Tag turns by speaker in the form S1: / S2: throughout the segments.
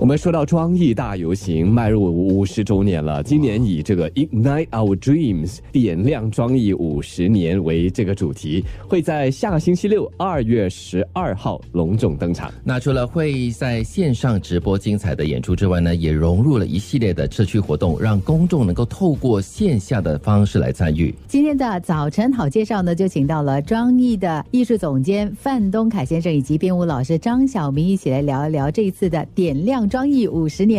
S1: 我们说到庄艺大游行迈入五十周年了，今年以这个 Ignite Our Dreams 点亮庄艺五十年为这个主题，会在下星期六二月十二号隆重登场。
S2: 那除了会在线上直播精彩的演出之外呢，也融入了一系列的社区活动，让公众能够透过线下的方式来参与。
S3: 今天的早晨好介绍呢，就请到了庄艺的艺术总监范东凯先生以及编舞老师张晓明一起来聊一聊这一次的点亮庄艺五十年。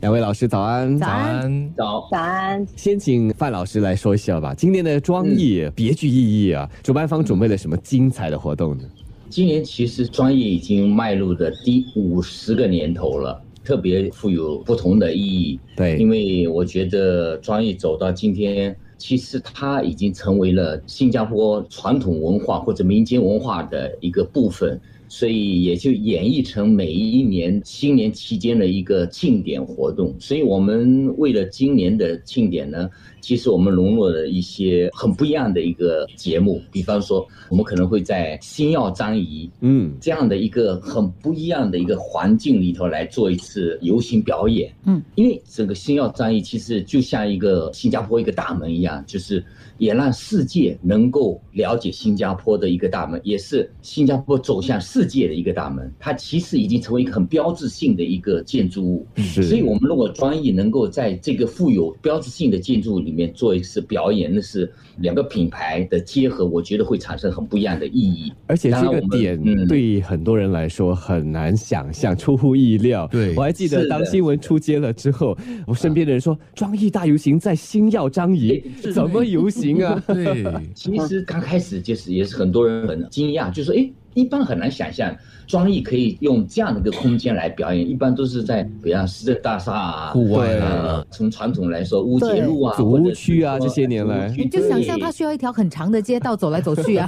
S1: 两位老师早安，
S3: 早安
S4: 早，
S5: 早安，
S1: 先请范老师来说一下吧。今年的庄艺别具意义啊，主办方准备了什么精彩的活动呢？
S4: 今年其实专业已经迈入的第五十个年头了。特别富有不同的意义，
S1: 对
S4: 因为我觉得专业走到今天，其实它已经成为了新加坡传统文化或者民间文化的一个部分，所以也就演绎成每一年新年期间的一个庆典活动。所以我们为了今年的庆典呢，其实我们融入了一些很不一样的一个节目，比方说我们可能会在星耀张仪，
S1: 嗯，
S4: 这样的一个很不一样的一个环境里头来做一次游行表演。
S3: 嗯，
S4: 因为整个星耀战役其实就像一个新加坡一个大门一样，就是也让世界能够了解新加坡的一个大门，也是新加坡走向世界的一个大门。它其实已经成为一个很标志性的一个建筑物。
S1: 是，
S4: 所以，我们如果专业能够在这个富有标志性的建筑里面做一次表演，那是两个品牌的结合，我觉得会产生很不一样的意义。
S1: 而且这个点
S4: 当然我们嗯
S1: 对很多人来说很难想象，出乎意料。
S2: 对
S1: 我还记得
S4: 是的啊
S1: 当新闻出街了之后，我身边的人说：“庄艺大游行在星耀张仪
S4: 哎是，的
S1: 怎么游行啊
S2: 对，
S4: 其实刚开始就是也是很多人很惊讶，就说哎，一般很难想象庄艺可以用这样的一个空间来表演，一般都是在
S1: 嗯
S4: 比方市政大厦啊、
S2: 户外
S4: 啊
S2: 啊，，
S4: 从传统来说乌节路啊、
S1: 对
S4: 或者是
S1: 祖屋区啊
S4: 说
S1: 这些年来
S4: 祖屋区
S3: 你就想象它需要一条很长的街道走来走去啊。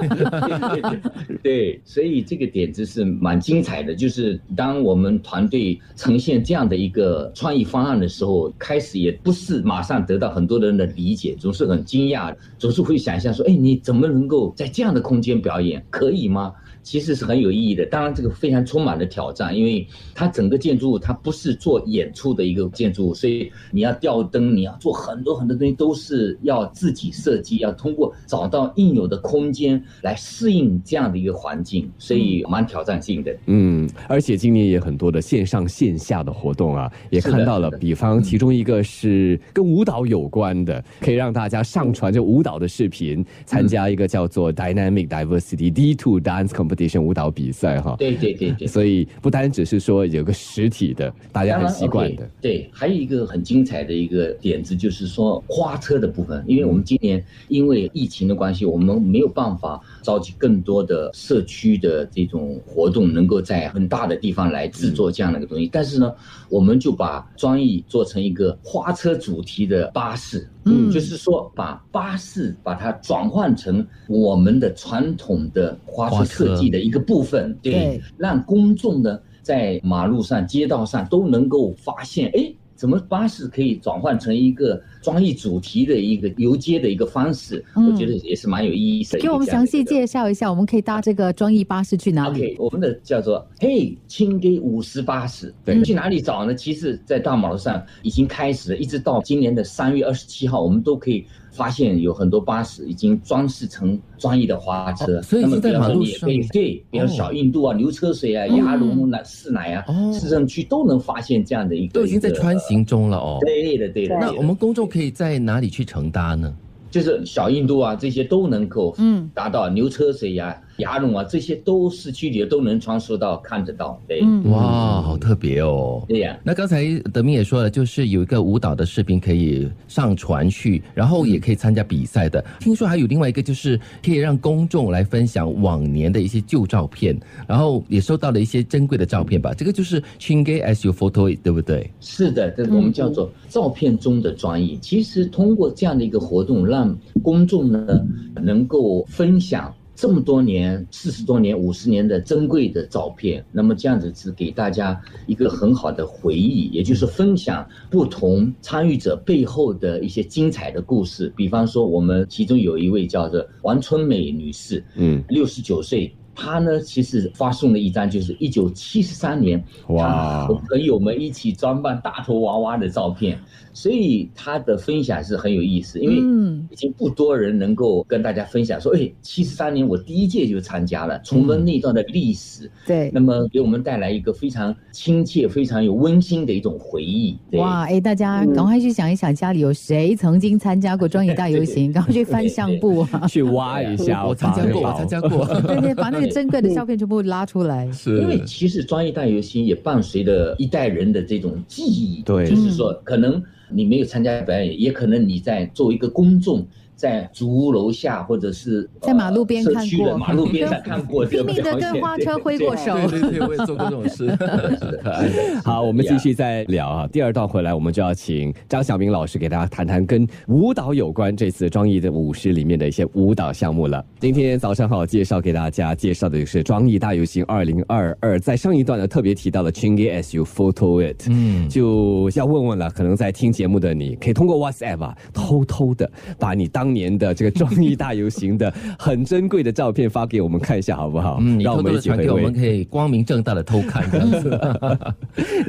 S4: 对，所以这个点子是蛮精彩的。就是当我们团队呈现这样的一个创意方案的时候，开始也不是马上得到很多人的理解，总是很惊讶，总是会想象说：“哎，你怎么能够在这样的空间表演？可以吗？”其实是很有意义的。当然，这个非常充满了挑战，因为它整个建筑物它不是做演出的一个建筑物，所以你要吊灯，你要做很多很多东西，都是要自己设计，要通过找到应有的空间来适应这样的一个环境，所以蛮挑战性的。？”
S1: 嗯，而且今年也很多的线上线下的活动啊，也
S4: 是的
S1: 看到了
S4: 是。的
S1: 比方其中一个是跟舞蹈有关
S4: 嗯
S1: 的，可以让大家上传这舞蹈的视频，参加一个叫做 Dynamic Diversity D2 Dance Competition 舞蹈比赛哈。
S4: 对对对对。
S1: 所以不单只是说有个实体的，大家
S2: 嗯
S4: 当
S1: 很
S4: 然
S1: 习惯的。
S4: OK，对，还有一个很精彩的一个点子就是说花车的部分，因为我们今年因为疫情的关系，我们没有办法召集更多的社区的这种活动，能够在很大的地方来制作这样的一个东西。但是呢，我们就把专艺做成一个花车主题的巴士。
S3: 嗯
S4: 就是说把巴士把它转换成我们的传统的花
S2: 花
S4: 车
S2: 车
S4: 设计的一个部分，对
S3: 对
S4: 让公众呢在马路上、街道上都能够发现，哎，怎么巴士可以转换成一个专业主题的一个游街的一个方式？
S3: 嗯
S4: 我觉得也是蛮有意思的 一个
S3: 给
S4: 这
S3: 我
S4: 样的一个。
S3: 们详细介绍一下，我们可以搭这个庄艺巴士去哪 里？
S4: OK，我们的叫做“嘿，清给五十巴士”，
S1: 对
S4: 去哪里找呢？其实，在大马路上已经开始了，一直到今年的三月二十七号，我们都可以发现有很多巴士已经装饰成专业的花车。
S2: 哦所以
S4: 那么
S2: 已经在
S4: 比方
S2: 马
S4: 说
S2: 路
S4: 你也可以
S2: 上
S4: 对，比如
S2: 哦
S4: 小印度啊、牛车水啊、
S3: 嗯
S4: 牙龙啊、市奶啊、
S2: 哦
S4: 市政区都能发现这样的一个，
S2: 都已经在穿行中了哦
S4: 一个。。对的，对的。
S2: 那
S4: 对的
S2: 我们公众可以在哪里去乘搭呢？
S4: 就是小印度啊，这些都能够
S3: 嗯
S4: 达到牛车水呀、牙龙啊，这些都市区里都能穿梭到、看得到。对，
S3: 嗯，
S2: 哇，好特别哦。
S4: 对呀、
S2: 那刚才德明也说了，就是有一个舞蹈的视频可以上传去，然后也可以参加比赛的。听说还有另外一个，就是可以让公众来分享往年的一些旧照片，然后也收到了一些珍贵的照片吧。这个就是 Chingy as you photo it，对不对？
S4: 是的，这个我们叫做照片中的专业。其实通过这样的一个活动，让公众呢能够分享这么多年、四十多年、五十年的珍贵的照片，那么这样子是给大家一个很好的回忆，也就是分享不同参与者背后的一些精彩的故事。比方说，我们其中有一位叫做王春美女士，
S1: 嗯，
S4: 六十九岁，他呢其实发送了一张就是一九七三年
S1: 哇
S4: 他和朋友们一起装扮大头娃娃的照片，所以他的分享是很有意思，因为
S3: 嗯
S4: 已经不多人能够跟大家分享说，哎，七十三年我第一届就参加了，重温那段的历史，
S3: 对
S4: 那。么给我们带来一个非常亲切、非常有温馨的一种回忆。对
S3: 哇，哎，大家赶快去想一想，家里有谁曾经参加过庄严大游行？赶快去翻相簿啊！
S1: 去挖一下，
S2: 我参加过，我参加过，
S3: 对对，把那个珍贵的照片全部拉出来。
S2: 是
S4: 因为其实专业大游行也伴随着一代人的这种记忆，
S1: 对
S4: 就是说
S3: 嗯
S4: 可能你没有参加表演，也可能你在作为一个公众。在竹屋楼下，或者是
S3: 在马路边
S4: 呃
S3: 看
S4: 社区的
S3: 过
S4: 马路边上看 过
S3: 拼
S4: 这个
S3: 命
S4: 表
S3: 的
S4: 演，
S3: 跟花车挥
S4: 对哎
S3: 过手，
S2: 对对对，我也做过这种 事，很可爱。
S1: 好，我们继续再聊啊。第二段回来，我们就要请张晓明老师给大家谈谈跟舞蹈有关这次庄艺的舞狮里面的一些舞蹈项目了。今天早上好，介绍给大家介绍的就是庄艺大游行二零二二，在上一段呢特别提到了 Chingy as you photo it，
S2: 嗯，
S1: 就要问问了，可能在听节目的你，可以通过 WhatsApp 啊，偷偷的把你当年的这个庄艺大游行的很珍贵的照片发给我们看一下，好不好？
S2: 嗯，你
S1: 让
S2: 偷
S1: 我
S2: 偷
S1: 们一
S2: 的
S1: 起
S2: 传
S1: 回
S2: 给我
S1: 味
S2: 们，。可以光明正大的偷看这样子。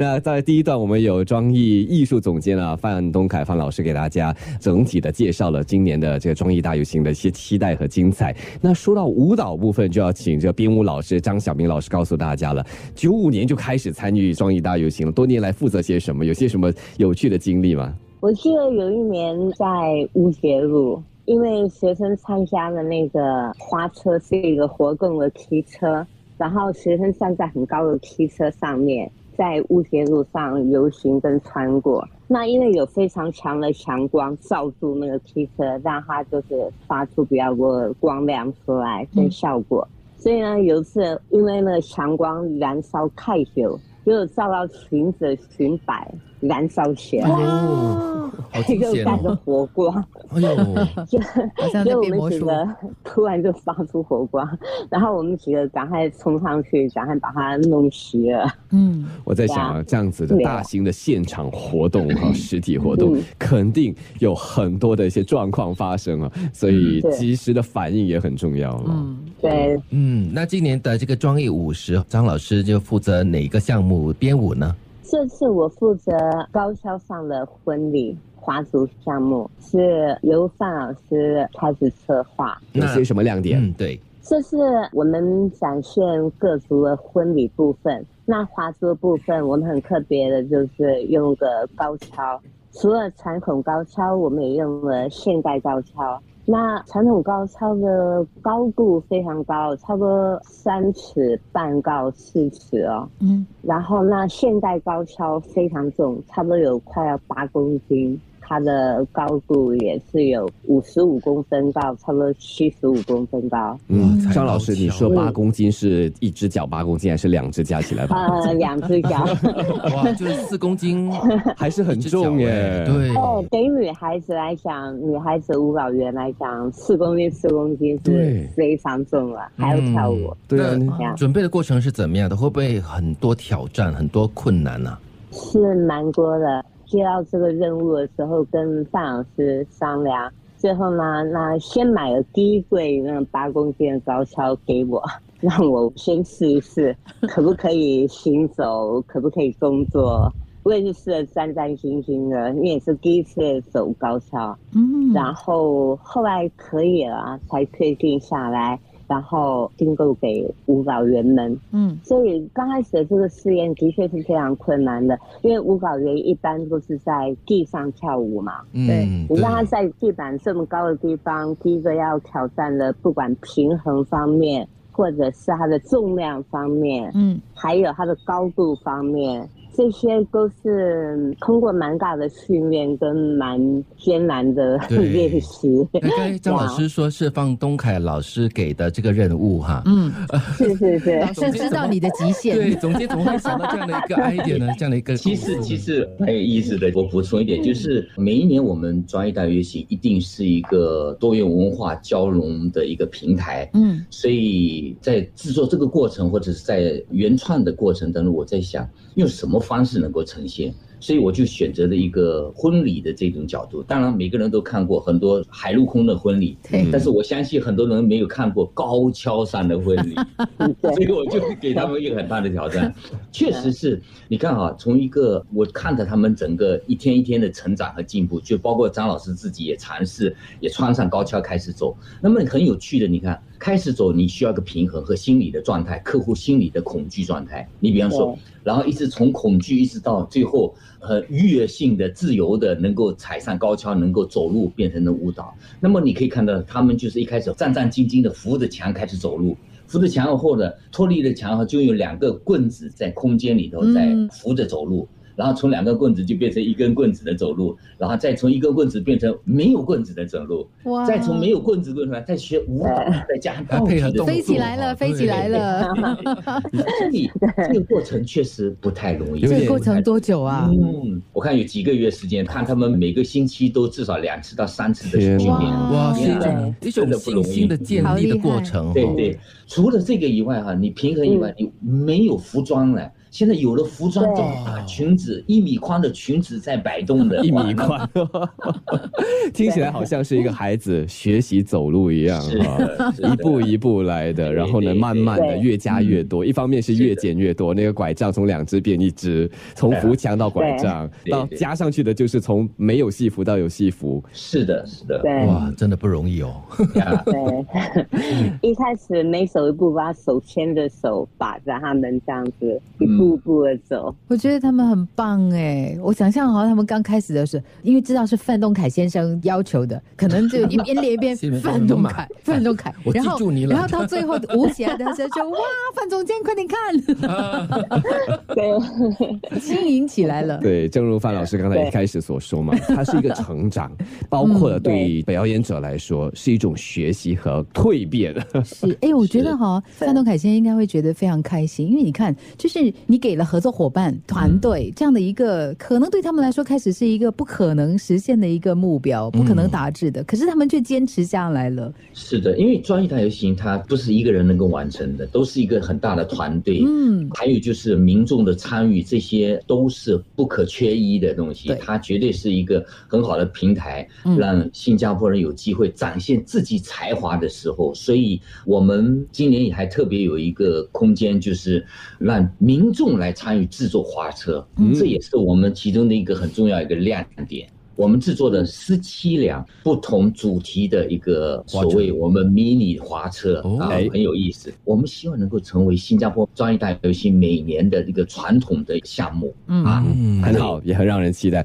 S1: 那在第一段，我们有庄艺艺术总监啊范东凯范老师给大家整体的介绍了今年的这个庄艺大游行的一些期待和精彩。那说到舞蹈部分，就要请这个编舞老师张晓明老师告诉大家了，九五年就开始参与庄艺大游行了，多年来负责些什么？有些什么有趣的经历吗？
S5: 我记得有一年在乌节路，因为学生参加了那个花车是一个活动的梯车，然后学生站在很高的梯车上面，在乌节路上游行跟穿过。那因为有非常强的强光照住那个梯车，让它就是发出比较多的光亮出来跟效果。所以呢，有一次因为那个强光燃烧太久，结果照到裙子裙摆燃烧起来。
S2: 哦， 好
S5: 这
S2: 惊
S5: 个
S2: 险
S5: 三个
S2: 哦！
S5: 火 光，
S2: 哎呦，
S3: 好像
S5: 所以
S3: 在
S5: 我
S3: 变
S5: 们
S3: 魔
S5: 几
S3: 术。
S5: 个 突然就发出火光，然后我们几个赶快冲上去，赶快把它弄熄了。
S3: 嗯，
S1: 我在想啊，这样子的
S5: 对啊
S1: 大型的现场活动哈、实体活动
S5: 嗯
S1: 肯定有很多的一些状况发生啊，所以
S5: 嗯对
S1: 及时的反应也很重要啊了。
S3: 嗯，
S5: 对，
S2: 嗯，那今年的这个专业五十，张老师就负责哪个项目编舞呢？
S5: 这次我负责高校上的婚礼华族项目，是由范老师开始策划。
S1: 有
S2: 那
S1: 些什么亮点？
S2: 嗯，对，
S5: 这是我们展现各族的婚礼部分。那华族的部分，我们很特别的就是用个高跷，除了传统高跷，我们也用了现代高跷。那传统高跷的高度非常高，差不多三尺半到四尺哦。
S3: 嗯，
S5: 然后那现代高跷非常重，差不多有快要八公斤，它的高度也是有五十五公分到差不多七十五公分高，
S1: 嗯，
S2: 哇
S1: 张老师，
S2: 才高跷
S1: 你说八公斤是一只脚八公斤，还是两只加起来吧？
S5: 呃，两只脚。
S2: 哇，就是四公斤，
S1: 还是很重耶。
S2: 一 只脚哎，对，
S5: 哦，对于女孩子来讲，女孩子舞蹈员来讲，四公斤四公斤
S1: 对
S5: 是非常重了，还要跳
S2: 嗯
S5: 舞。
S1: 对啊，
S2: 那
S5: 这样
S2: 准备的过程是怎么样的？会不会很多挑战，很多困难啊呢、
S5: 是蛮多的。接到这个任务的时候，跟范老师商量，最后呢，那先买了第一柜那个八公斤的高跷给我，让我先试一试，可不可以行走，可不可以工作。我也是试的战战兢兢的，因为也是第一次走高跷，
S3: 嗯，
S5: 然后后来可以了啊，才确定下来，然后订购给舞蹈员们。
S3: 嗯，
S5: 所以刚开始的这个试验的确是非常困难的，因为舞蹈员一般都是在地上跳舞嘛，
S2: 嗯，
S5: 你
S2: 对
S5: 让他在地板这么高的地方，第一个要挑战的，不管平衡方面，或者是他的重量方面，
S3: 嗯，
S5: 还有它的高度方面，这些都是嗯通过蛮大的训练跟蛮艰难的
S2: 对
S5: 练习。
S2: 那刚才张老师说是放东凯老师给的这个任务哈，
S3: 嗯，
S5: 是是是，
S3: 老师知道你的极
S2: 对，
S3: 限。
S2: 总监怎么会想到这样的一个 idea 呢？这样的一个
S4: 其
S2: 构
S4: 实
S2: 思
S4: 其实蛮有意思的，我补充一点，就是每一年我们专业大游行一定是一个多元文化交融的一个平台。
S3: 嗯
S4: 所以在制作这个过程，或者是在原创的过程当中，我在想用什么方式能够呈现。所以我就选择了一个婚礼的这种角度。当然，每个人都看过很多海陆空的婚礼，
S3: 对
S4: 但是我相信很多人没有看过高跷上的婚礼，
S5: 对
S4: 所以我就给他们一个很大的挑 战。确实是，你看啊，从一个我看着他们整个一天一天的成长和进步，就包括张老师自己也尝试，也穿上高跷开始走。那么很有趣的，你看开始走，你需要一个平衡和心理的状态，客户心理的恐惧状态。你比方说
S5: 对，
S4: 然后一直从恐惧一直到最后，呃，愉悦性的、自由的，能够踩上高跷，能够走路，变成了舞蹈。那么你可以看到，他们就是一开始战战兢兢的扶着墙开始走路，扶着墙后呢，脱离了墙后就有两个棍子在空间里头在
S3: 嗯
S4: 扶着走路。然后从两个棍子就变成一根棍子的走路，然后再从一根棍子变成没有棍子的走路，
S3: 哇
S4: 再从没有棍子棍出来，再学舞蹈，再加上道具
S2: 配合
S4: 的
S2: 动作
S3: 飞起来了，飞起来了。
S4: 这里这个过程确实不太容易。
S1: 有
S3: 这
S1: 点
S3: 个过程多久啊？
S4: 嗯，我看有几个月时间，看他们每个星期都至少两次到三次的训
S1: 天
S4: 练
S1: 哪。
S2: 哇，是一
S4: 对
S2: 种一种信心的建立的过程，
S4: 对
S2: 哦
S4: 对，除了这个以外哈、你平衡以外，你没有服装了。现在有了服装这么大
S2: 对
S4: 裙子，一米宽的裙子在摆动的，
S1: 一米宽， 听起来好像是一个孩子学习走路一样
S4: 是
S1: 哈。
S4: 的，是的
S1: 啊一步一步来的，
S4: 对
S1: 然后呢，
S4: 对对嗯
S1: 慢慢的
S5: 对
S1: 越加越多。一方面是
S4: 是的
S1: 越减越多，那个拐杖从两只变一只，从
S4: 对啊
S1: 扶墙到拐
S5: 对
S1: 杖，
S4: 对
S1: 到
S4: 对
S1: 加上去的就是从没有戏服到有戏服。
S4: 是的，是的，
S5: 对
S2: 哇，真的不容易哦。
S4: 啊
S5: 对， 一开始每走一步，把手牵着手，把着他们这样子一步一步的走。
S3: 我觉得他们很棒哎！我想象好像他们刚开始的时候，因为知道是范东凯先生要求的，可能就一边练一边
S2: 谢谢
S3: 范东凯，范东凯，
S2: 我记
S3: 然后
S2: 住你了
S3: 然后到最后舞起来的时候就哇，范总监快点看，
S2: 嗯
S5: 对，
S3: 经营起来了。
S1: 对，正如范老师刚才
S5: 对嗯
S1: 一开始所说嘛，它是一个成 长，包括对表演者来说是一种学习和蜕变。
S5: 嗯
S3: 是，哎，我觉得哈，
S5: 对
S3: 范东凯先生应该会觉得非常开心，因为你看，就是你给了合作伙伴、团队、这样的一个，可能对他们来说开始是一个不可能实现的一个目标，不可能达至的，可是他们却坚持下来了。
S4: 是的，因为专业大游行它不是一个人能够完成的，都是一个很大的团队。
S3: 嗯，
S4: 还有就是民众的参与，这些都是不可缺一的东西
S3: 对。
S4: 它绝对是一个很好的平台
S3: 嗯，
S4: 让新加坡人有机会展现自己才华的时候。所以，我们今年也还特别有一个空间，就是让民众来参与制作花车，
S1: 嗯
S4: 这也是我们其中的一个很重要一个亮点。我们制作的十七辆不同主题的一个所谓我们迷你滑车
S2: 哦
S4: 啊，
S1: 哎
S4: 很有意思。我们希望能够成为新加坡专业大游戏每年的一个传统的项目
S3: 嗯
S4: 啊。
S2: 嗯
S1: 很好，也很让人期待。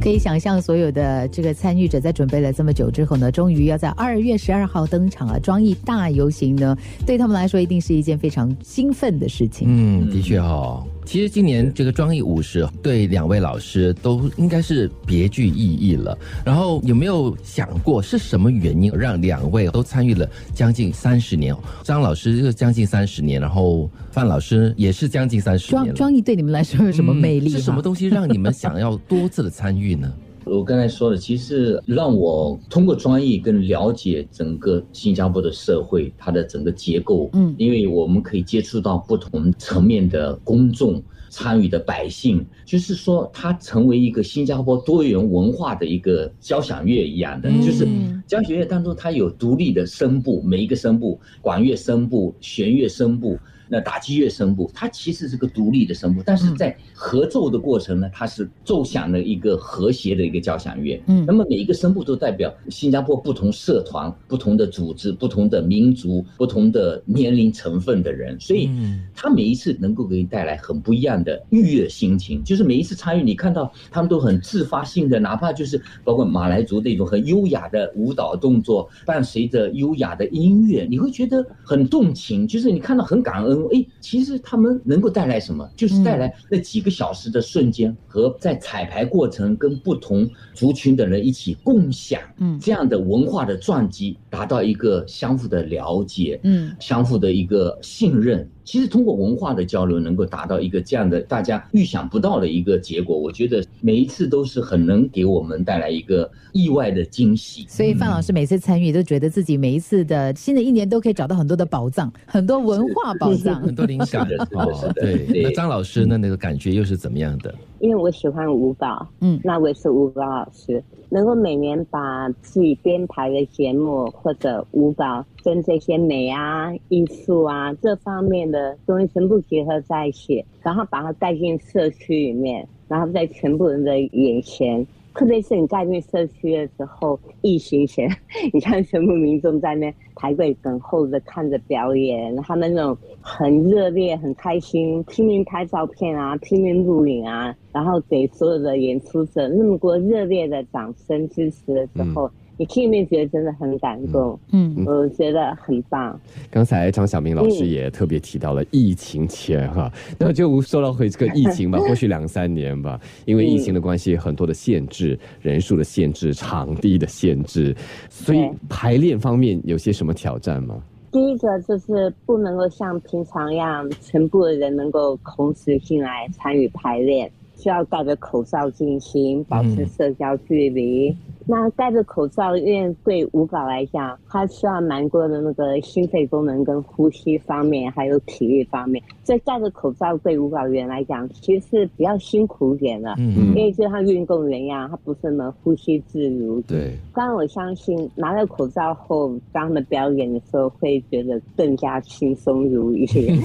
S3: 可以想象，所有的这个参与者在准备了这么久之后呢，终于要在二月十二号登场啊！庄艺大游行呢，对他们来说一定是一件非常兴奋的事情。
S2: 嗯，的确哦。其实今年这个专业五十对两位老师都应该是别具意义了。然后有没有想过是什么原因让两位都参与了将近三十年？张老师就将近三十年，然后范老师也是将近三十年
S3: 庄
S2: 了。
S3: 庄艺对你们来说有什么魅力、
S2: 嗯是什么？东西让你们想要多次的参与呢？
S4: 我刚才说的，其实让我通过专业跟了解整个新加坡的社会，它的整个结构，
S3: 嗯
S4: 因为我们可以接触到不同层面的公众参与的百姓，就是说它成为一个新加坡多元文化的一个交响乐一样的，
S2: 嗯
S4: 就是
S3: 嗯
S4: 交响乐当中，它有独立的声部，每一个声部，管乐声部、弦乐声部，那打击乐声部，它其实是个独立的声部，但是在合奏的过程呢，它是奏响的一个和谐的一个交响乐。
S3: 嗯
S4: 那么每一个声部都代表新加坡不同社团、不同的组织、不同的民族、不同的年龄成分的人，所以
S2: 嗯
S4: 他每一次能够给你带来很不一样的愉悦心情，就是每一次参与，你看到他们都很自发性的，哪怕就是包括马来族那种很优雅的舞蹈动作，伴随着优雅的音乐，你会觉得很动情，就是你看到很感恩。哎，其实他们能够带来什么？就是带来那几个小时的瞬间和在彩排过程跟不同族群的人一起共享
S3: 嗯
S4: 这样的文化的撞击，达到一个相互的了解，
S3: 嗯
S4: 相互的一个信任，其实通过文化的交流，能够达到一个这样的大家预想不到的一个结果。我觉得每一次都是很能给我们带来一个意外的惊喜。
S3: 所以范老师每次参与都觉得自己每一次的新的一年都可以找到很多的宝藏，很多文化宝藏。
S2: 很多灵感
S4: 是的是的是
S2: 哦
S4: 的。
S2: 对，
S4: 对
S2: 嗯那张老师呢？那个感觉又是怎么样的？
S5: 因为我喜欢舞蹈，
S3: 嗯
S5: 那我也是舞蹈老师，能够每年把自己编排的节目或者舞蹈跟这些美啊、艺术啊这方面的东西全部结合在一起，然后把它带进社区里面，然后在全部人的眼前。特别是你带进社区的时候，疫情前， 你看全部民众在那排队等候着看着表演，他们那种很热烈、很开心，拼命拍照片啊，拼命录影啊，然后给所有的演出者那么多热烈的掌声支持的时候，你心里面觉得真的很感动，
S3: 嗯，
S5: 我觉得很棒。
S1: 刚才张晓明老师
S5: 嗯
S1: 也特别提到了疫情前哈、那就说到回这个疫 情吧，或许两三年吧，因为疫
S5: 嗯
S1: 情的关系，很多的限制、人数的限制、场地的限制，所以
S5: 对
S1: 排练方面有些什么挑战吗？
S5: 第一个就是不能够像平常一样，全部的人能够同时进来参与排练，需要戴着口罩进行，保持社交距离。那戴着口罩，因为对舞蹈来讲，它需要蛮多的那个心肺功能、跟呼吸方面，还有体力方面，所以戴着口罩对舞蹈员来讲，其实是比较辛苦一点的，
S2: 嗯
S5: 因，为就像运动员一样，他不是那么呼吸自如
S1: 对，
S5: 当然，我相信拿了口罩后，当他们表演的时候，会觉得更加轻松如一。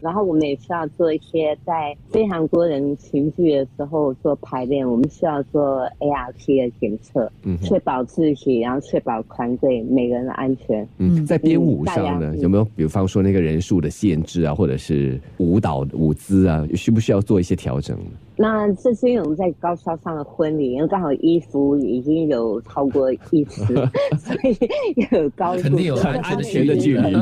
S5: 然后我们也需要做一些在非常多人群聚的时候做排练，我们需要做 ART 的检测，
S1: 嗯哼
S5: 确保自己，然后确保团队每个人的安全。
S1: 嗯，
S3: 嗯
S1: 在编舞上
S5: 大
S1: 呢，
S5: 家嗯
S1: 有没有比方说那个人数的限制啊，或者是舞蹈舞姿啊，需不需要做一些调整呢？
S5: 那这是因为我们在高烧上的婚礼，因为刚好衣服已经有超过一 尺，所以有高度
S2: 肯定有
S1: 安全的距离，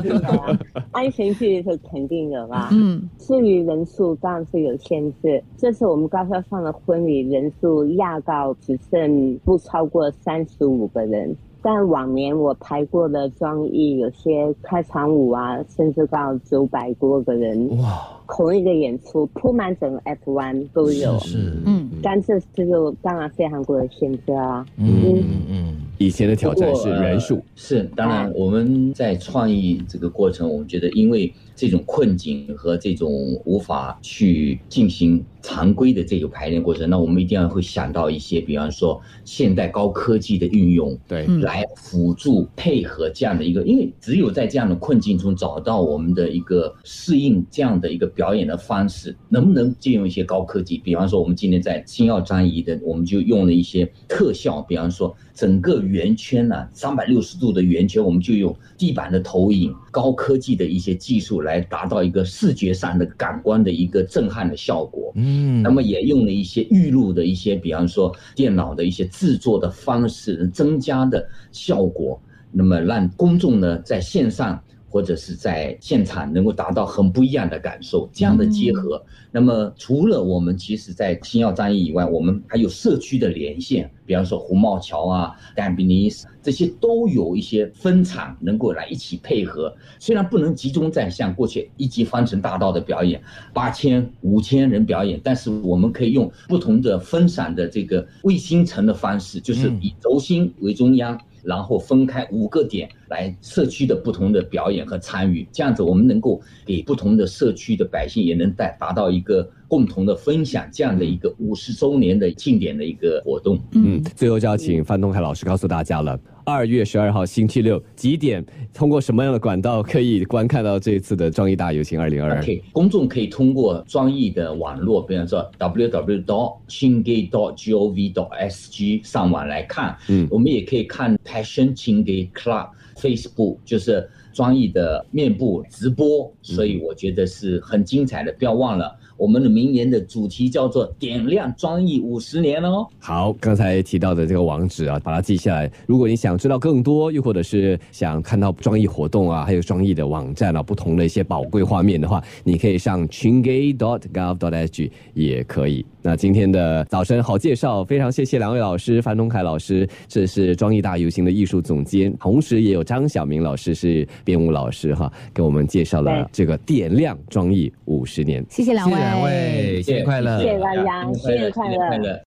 S5: 安全距离是肯定有啦。
S3: 嗯
S5: 至于人数当然是有限制，这次我们高校上的婚礼人数压到只剩不超过三十五个人。但往年我排过的综艺，有些开场舞啊，甚至到九百多个人，
S2: 哇，
S5: 同一个演出铺满整个 F1 都有。
S2: 是是，
S3: 嗯
S5: 但这次就当然非常多的限制啊。
S2: 嗯嗯
S1: 以前的挑战是
S4: 不过呃
S1: 人数，
S4: 是当然，我们在创意这个过程，我们觉得因为这种困境和这种无法去进行常规的这个排练过程，那我们一定要会想到一些，比方说现代高科技的运用，
S1: 对，
S3: 嗯
S4: 来辅助配合这样的一个，因为只有在这样的困境中找到我们的一个适应这样的一个表演的方式，能不能借用一些高科技？比方说，我们今天在星耀张仪的，我们就用了一些特效，比方说整个圆圈呢、啊，三百六十度的圆圈，我们就用地板的投影、高科技的一些技术来达到一个视觉上的感官的一个震撼的效果。
S2: 嗯，
S4: 那么也用了一些预录的一些，比方说电脑的一些制作的方式，增加的效果，那么让公众呢在线上或者是在现场能够达到很不一样的感受，这样的结合。那么除了我们其实在星耀战役以外，我们还有社区的连线，比方说红帽桥啊、丹比尼斯这些都有一些分场能够来一起配合，虽然不能集中在像过去一级方程大道的表演，八千、五千人表演，但是我们可以用不同的分散的这个卫星城的方式，就是以轴心为中央，然后分开五个点来社区的不同的表演和参与。这样子，我们能够给不同的社区的百姓也能带达到一个共同的分享这样的一个五十周年的庆典的一个活动。
S1: 嗯，最后就要请范东海老师告诉大家了，二月十二号星期六几点，通过什么样的管道可以观看到这一次的壮艺大游行二零二二？
S4: OK，公众可以通过专业的网络，比方说 www. dot s h i n g a dot gov dot sg 上网来看。
S1: 嗯
S4: 我们也可以看 Passion c h i n g a Club Facebook，就是专业的面部直播，所以我觉得是很精彩的。不要忘了，我们的明年的主题叫做“点亮专艺五十年”哦。
S1: 好，刚才提到的这个网址啊，把它记下来。如果你想知道更多，又或者是想看到专艺活动啊，还有专艺的网站啊，不同的一些宝贵画面的话，你可以上 chingay.gov.sg 也可以。那今天的早晨好介绍，非常谢谢两位老师，樊东凯老师，这是庄艺大游行的艺术总监，同时也有张晓明老师是编舞老师哈，给我们介绍了
S5: 对
S1: 这个点亮庄艺五十年。
S3: 谢谢两
S2: 谢
S3: 位，
S2: 谢两位，新年快乐，
S5: 谢谢大家
S4: 新年快乐
S5: 新年快
S4: 新
S5: 乐
S4: 年快乐。